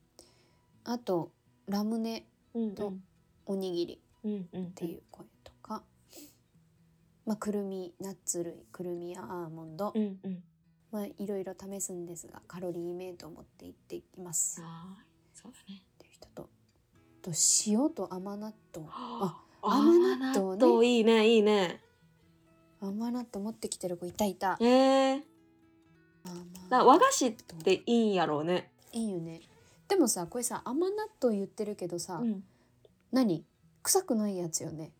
Speaker 2: あとラムネ
Speaker 3: うんう
Speaker 2: と
Speaker 3: ん
Speaker 2: おにぎり
Speaker 3: うんうんっ
Speaker 2: っていう声とか、まあくるみナッツ類くるみやアーモンド、
Speaker 3: うんうん
Speaker 2: まあいろいろ試すんですがカロリーメイトを持っていっていきますっ
Speaker 3: あーそうだね
Speaker 2: ていう人とあと塩と甘納豆
Speaker 3: あ
Speaker 2: 甘納豆ね
Speaker 3: 甘納豆いいねいいね
Speaker 2: 甘納豆持ってきてる子いたいた
Speaker 3: へえな和菓子っていいんやろうね
Speaker 2: いいよねでもさこれさ甘納豆言ってるけどさ、
Speaker 3: うん
Speaker 2: 何臭くないやつよね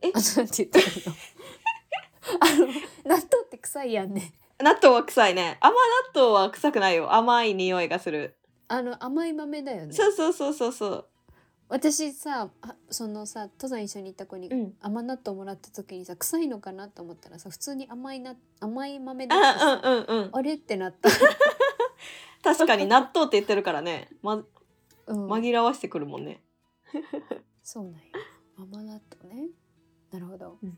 Speaker 3: え
Speaker 2: あなんて言ったらいいのあの納豆って臭いやんね
Speaker 3: 納豆は臭いね甘納豆は臭くないよ甘い匂いがする
Speaker 2: あの甘い豆だよね
Speaker 3: そうそうそうそうそう
Speaker 2: 私さあそのさ登山一緒に行った子に
Speaker 3: うん
Speaker 2: 甘納豆もらった時にさ臭いのかなと思ったらさ普通に甘いな甘い豆だったしさ
Speaker 3: あうんうんうん
Speaker 2: あれってなった、
Speaker 3: 確かに納豆って言ってるからね、ま、
Speaker 2: うん
Speaker 3: 紛らわしてくるもんね、
Speaker 2: そうなんや甘納豆ねなるほど
Speaker 3: うん
Speaker 2: あ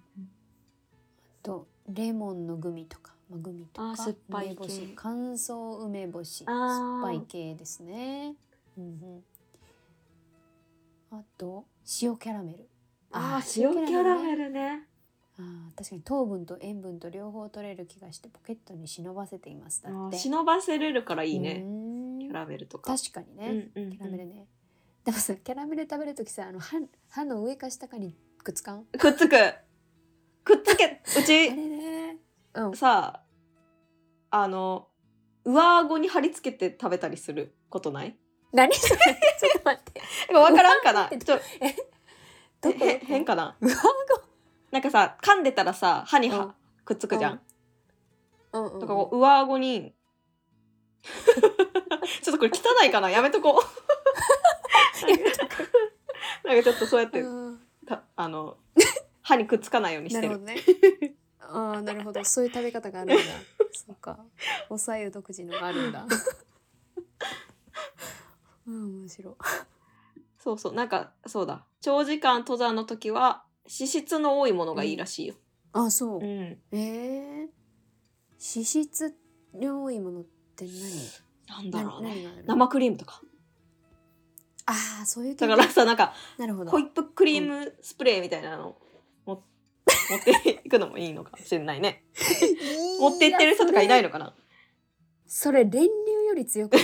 Speaker 2: とレモンのグミとか、まあ、グミと
Speaker 3: あー
Speaker 2: か
Speaker 3: 酸っぱい系
Speaker 2: 梅干し乾燥梅干し
Speaker 3: あー
Speaker 2: 酸っぱい系ですねうんうんあと塩キャラメル
Speaker 3: あー塩キャラメルね
Speaker 2: あー確かに糖分と塩分と両方取れる気がしてポケットに忍ばせていますだ
Speaker 3: あ
Speaker 2: っ
Speaker 3: ー
Speaker 2: て
Speaker 3: 忍ばせれるからいいうね
Speaker 2: ーん
Speaker 3: キャラメルとか
Speaker 2: 確かにね、
Speaker 3: うんうんうん
Speaker 2: キャラメルねでもさキャラメル食べるときさあの歯歯の上か下かにくっつかん
Speaker 3: くっつくくっつけう
Speaker 2: あ
Speaker 3: ち
Speaker 2: れねうん
Speaker 3: さあの上顎に貼り付けて食べたりすることない
Speaker 2: 何 それちょっと待って。
Speaker 3: わからんかな
Speaker 2: え
Speaker 3: ちょ
Speaker 2: え
Speaker 3: え
Speaker 2: どこ
Speaker 3: へ変かな
Speaker 2: 上顎
Speaker 3: なんかさ噛んでたらさ歯には、
Speaker 2: うん
Speaker 3: くっつくじゃん、
Speaker 2: うんうんうん
Speaker 3: とかこう上 顎にちょっとこれ汚いかなやめとこう なんかちょっとそうやって、
Speaker 2: うん
Speaker 3: たあの歯にくっつかないようにし
Speaker 2: な
Speaker 3: て
Speaker 2: る
Speaker 3: る
Speaker 2: ほどね。ああ、なるほど。そういう食べ方があるん だ。そうか。おさゆ独自のがあるんだ。 うん、面白い。
Speaker 3: そうそうなんかそうだ長時間登山の時は脂質の多いものがいいらしいよ、
Speaker 2: あ、そうう。
Speaker 3: ん、
Speaker 2: ええ脂質の多いものって
Speaker 3: なんだ
Speaker 2: 何？
Speaker 3: ろう
Speaker 2: な何
Speaker 3: ね
Speaker 2: がある？
Speaker 3: 生クリームとか
Speaker 2: ああ、そういう系
Speaker 3: だ
Speaker 2: ね
Speaker 3: からさなんか
Speaker 2: なるほど。
Speaker 3: ホイップクリームスプレーみたいなの も持っていくのもいいのかもしれないね持って行ってる人とかいない
Speaker 2: の。
Speaker 3: のかな
Speaker 2: それそれ練乳より強くない。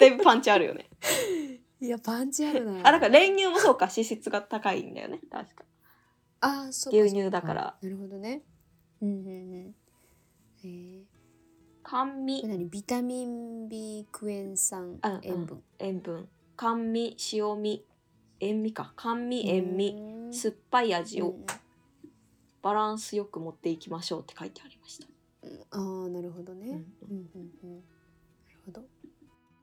Speaker 3: だいぶパンチあるよね
Speaker 2: いやパンチあるな。
Speaker 3: あだから練乳もそうか脂質が高いんだよね確か
Speaker 2: ああ、そう
Speaker 3: 牛乳だから。
Speaker 2: そうなるほどね。うんうんうん。ええ
Speaker 3: 甘味
Speaker 2: これ何ビタミン B クエン酸
Speaker 3: あ
Speaker 2: 塩分
Speaker 3: 塩分甘味塩味塩味か甘味塩味
Speaker 2: うん
Speaker 3: 酸っぱい味
Speaker 2: う
Speaker 3: を
Speaker 2: ん
Speaker 3: バランスよく持っていきましょうって書いてありました、
Speaker 2: ああなるほど
Speaker 3: う
Speaker 2: ねう
Speaker 3: ん
Speaker 2: んうんうんなるほど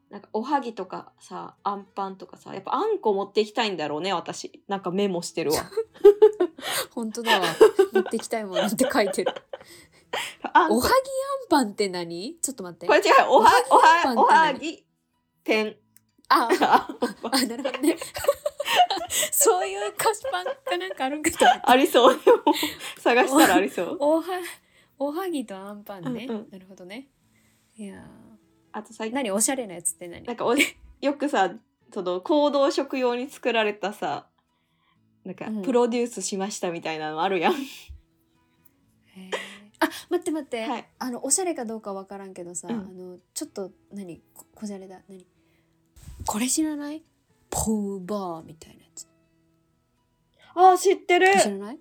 Speaker 3: なんかおはぎとかさあんパンとかさやっぱあんこ持っていきたいんだろうね私なんかメモしてる わ
Speaker 2: 本当 だわ持ってきたいものって書いてる
Speaker 3: あん
Speaker 2: お
Speaker 3: こ
Speaker 2: はぎあんパンって何ちょっと待って
Speaker 3: これ違うおはおはお
Speaker 2: おは
Speaker 3: は
Speaker 2: ぎ
Speaker 3: ぎてん
Speaker 2: あ
Speaker 3: あ
Speaker 2: あなるほどね そういう菓子パンかなんかあるんかと思った
Speaker 3: ありそうでも探したらありそう
Speaker 2: おはおはぎとあんパンね
Speaker 3: うんうん
Speaker 2: なるほどねいや
Speaker 3: あと最
Speaker 2: ー
Speaker 3: 近
Speaker 2: 何おしゃれなやつって何
Speaker 3: なんかお よくさその行動食用に作られたさなんか
Speaker 2: うん
Speaker 3: プロデュースしましたみたいなのあるやん、
Speaker 2: へーあ待って待って、
Speaker 3: はい
Speaker 2: あのおしゃれかどうかわからんけどさ、
Speaker 3: うん
Speaker 2: あのちょっと何ここじゃれだ何これ知らないポーバーみたいなやつ
Speaker 3: あ知ってる
Speaker 2: 知らない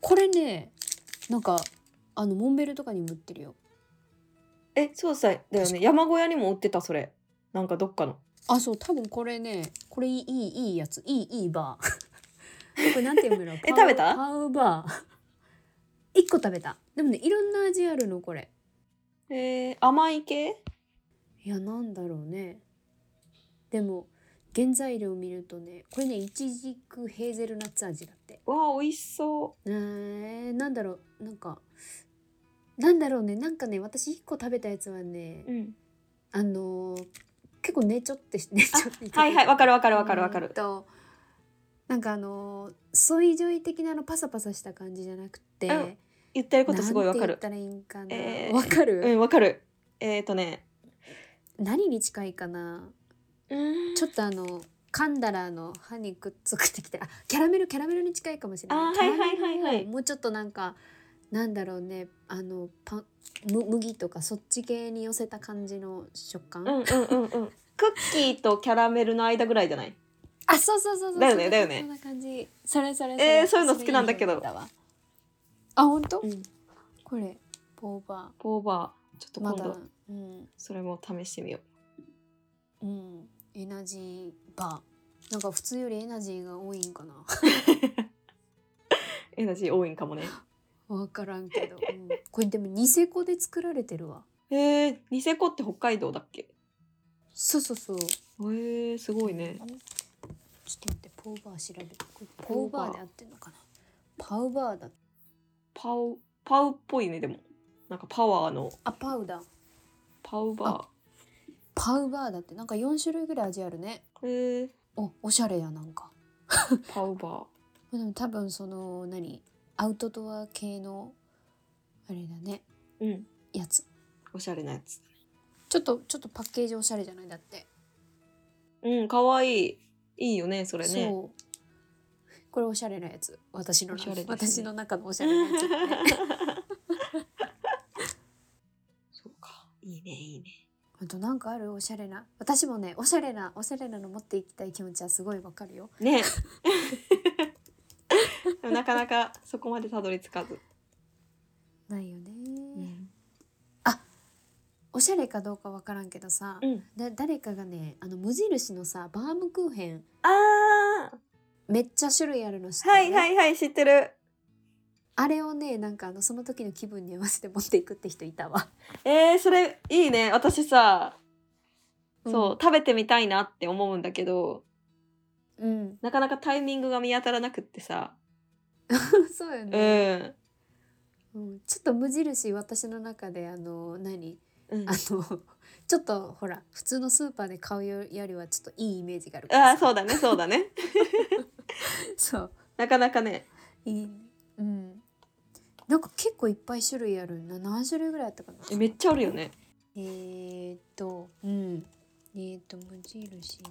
Speaker 2: これねなんかあのモンベルとかにも売ってるよ
Speaker 3: えそうさだよね山小屋にも売ってたそれなんかどっかの
Speaker 2: あそう多分これねこれいいいいいいやついいいいバー これなんて読むの
Speaker 3: え食べた
Speaker 2: パウバー 一個食べたでもねいろんな味あるのこれ
Speaker 3: えー、甘い系
Speaker 2: いやなんだろうねでも原材料を見るとねこれねイチジクヘーゼルナッツ味だって
Speaker 3: わあ美味しそ
Speaker 2: えー、なんだろうなんかなんだろうねなんかね私1個食べたやつはね
Speaker 3: う、うん、
Speaker 2: あのー結構ねちょってしねちょって言って
Speaker 3: はいはいわかるわかるわかるわか
Speaker 2: うーん
Speaker 3: る
Speaker 2: となんかあのーソイジョイ的なあのパサパサした感じじゃなくて、
Speaker 3: うん言ってることすごいわか
Speaker 2: なん
Speaker 3: る
Speaker 2: て言ったらいいんかなわ、
Speaker 3: えー
Speaker 2: かる、
Speaker 3: うんわかるえっ、ー、とね
Speaker 2: 何に近いかなちょっとあの噛んだらあの歯にくっつくってきてあキャラメルキャラメルに近いかもしれない
Speaker 3: あーはいはいはいはい
Speaker 2: キャラメルをもうちょっとなんかなんだろうねあのパンむ麦とかそっち系に寄せた感じの食感、
Speaker 3: うんうんうんうんクッキーとキャラメルの間ぐらいじゃない
Speaker 2: あそうそうそうそう
Speaker 3: だよね
Speaker 2: そんな
Speaker 3: だよね
Speaker 2: そんな感じそれそれ
Speaker 3: えーそういうの好きなんだけど
Speaker 2: それいいのだわあ本当、
Speaker 3: ん
Speaker 2: これボーバ
Speaker 3: ボーバーちょっと
Speaker 2: ーま
Speaker 3: 今
Speaker 2: だ
Speaker 3: 度
Speaker 2: うん
Speaker 3: それも試してみよ
Speaker 2: うんエナジーバーなんか普通よりエナジーが多いんかな
Speaker 3: うエナジー多いんかもね
Speaker 2: 分からんけど、うんこれでもニセコで作られてるわ
Speaker 3: えー、ニセコって北海道だっけ
Speaker 2: そうそうそうちょ
Speaker 3: えー、すごいね
Speaker 2: っと待ってポーバー調べてこれ
Speaker 3: ポ
Speaker 2: ポ
Speaker 3: ー
Speaker 2: ー
Speaker 3: バー
Speaker 2: バーで合ってんのかなパウバーだ
Speaker 3: パウパウっぽいねでもなんかパワーの
Speaker 2: あパウだ
Speaker 3: パウバ
Speaker 2: パウバーだってなんか4種類ぐらい味あるね
Speaker 3: ーえー、
Speaker 2: おおしゃれやなんか
Speaker 3: パウバ
Speaker 2: でも多分その何アウトドア系のあれだね
Speaker 3: ーうん
Speaker 2: やつ
Speaker 3: おしゃれなやつ
Speaker 2: ちょっとちょっとパッケージおしゃれじゃないだって
Speaker 3: うんかわいいいいよねそれね
Speaker 2: そうこれおしゃれなやつ私の
Speaker 3: おしゃれですね
Speaker 2: 私の中のおしゃれなやつ、ね、
Speaker 3: そうか。いいね、いいね。
Speaker 2: あとなんかあるおしゃれな私もねおしゃれなおしゃれなの持っていきたい気持ちはすごいわかるよ
Speaker 3: ね。でもなかなかそこまでたどり着かず。
Speaker 2: ないよね、おおしゃれかどうかわからんけどさ、
Speaker 3: うん
Speaker 2: だ誰かがねあの無印のさバームクーヘン
Speaker 3: あー
Speaker 2: めっちゃ種類あるの知ってる、
Speaker 3: はいはいはい知ってる
Speaker 2: あれをねなんかあのその時の気分に合わせて持っていくって人いたわ。
Speaker 3: えー、それいいね私さそう、
Speaker 2: う
Speaker 3: 食べてみたいなって思うんだけど
Speaker 2: うん、
Speaker 3: なかなかタイミングが見当たらなくってさ
Speaker 2: そうよ
Speaker 3: う
Speaker 2: ね、
Speaker 3: ん、
Speaker 2: うん、ちょっと無印私の中であの何
Speaker 3: うん、
Speaker 2: あ
Speaker 3: あ
Speaker 2: のちょっとほら普通のスーパーで買うよりはちょっといいイメージがあるから
Speaker 3: あー
Speaker 2: さ
Speaker 3: そうだねそうだね
Speaker 2: そう
Speaker 3: なかなかね
Speaker 2: いいうんなんか結構いっぱい種類あるな何種類ぐらいあったかな
Speaker 3: えめっちゃあるよね
Speaker 2: えー、っとうんえー、っと無印の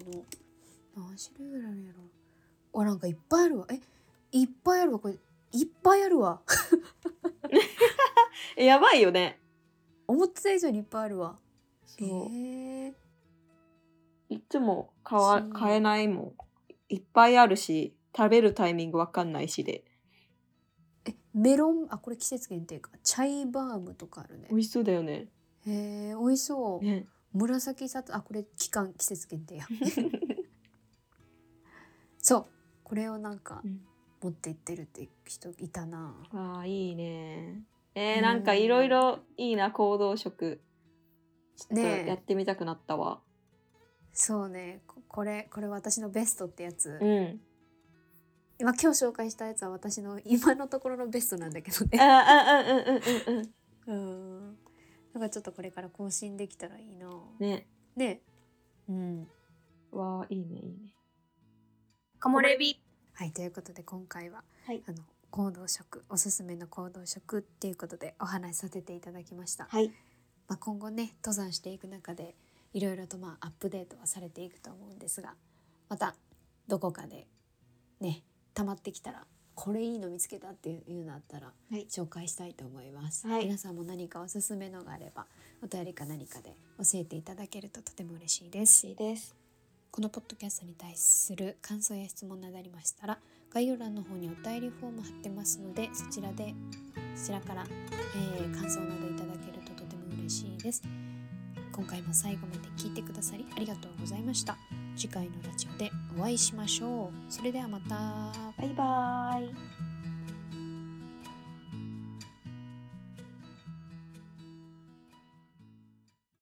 Speaker 2: 何種類ぐらいあるやろおなんかいっぱいあるわえいっぱいあるわこれいっぱいあるわ
Speaker 3: えやばいよね
Speaker 2: 思ってた以上にいっぱいあるわ
Speaker 3: そ
Speaker 2: へ
Speaker 3: う
Speaker 2: ー
Speaker 3: いつも買わ
Speaker 2: そう
Speaker 3: 買えないもんいっぱいあるし食べるタイミングわかんないしで
Speaker 2: えメロンあこれ季節限定かチャイバームとかあるね
Speaker 3: 美味しそうだよね
Speaker 2: へえ美味しそう、
Speaker 3: ね
Speaker 2: 紫さつあこれ期間季節限定 やそうこれをなんか
Speaker 3: うん
Speaker 2: 持って行ってるって人いたな
Speaker 3: あーいいねえ
Speaker 2: う
Speaker 3: ー、
Speaker 2: ん
Speaker 3: なんかいろいろいいな行動食ちょっと
Speaker 2: ねえ
Speaker 3: やってみたくなったわ、
Speaker 2: そうねここれこれ私のベストってやつ、
Speaker 3: うん
Speaker 2: 今今日紹介したやつは私の今のところのベストなんだけど
Speaker 3: あ
Speaker 2: ね
Speaker 3: あうんうんうんうんうん
Speaker 2: うんなんかちょっとこれから更新できたらいいな
Speaker 3: ね
Speaker 2: ねうん
Speaker 3: わあいいねいいね
Speaker 1: 木漏れ日、
Speaker 2: はいということで今回は、
Speaker 3: はい
Speaker 2: あの行動食おすすめの行動食っていうことでお話しさせていただきました
Speaker 3: はい
Speaker 2: まあ、今後ね登山していく中でいろいろとまあアップデートはされていくと思うんですがまたどこかでね溜まってきたらこれいいの見つけたっていうのあったら
Speaker 3: はい
Speaker 2: 紹介したいと思います、
Speaker 3: はい
Speaker 2: 皆さんも何かおすすめのがあればお便りか何かで教えていただけるととても嬉しいです
Speaker 3: いいです
Speaker 2: このポッドキャストに対する感想や質問などありましたら概要欄の方にお便りフォーム貼ってますのでそちらでそちらから、えー感想などいただけるととても嬉しいです今回も最後まで聞いてくださりありがとうございました次回のラジオでお会いしましょうそれではまた
Speaker 3: バイバーイ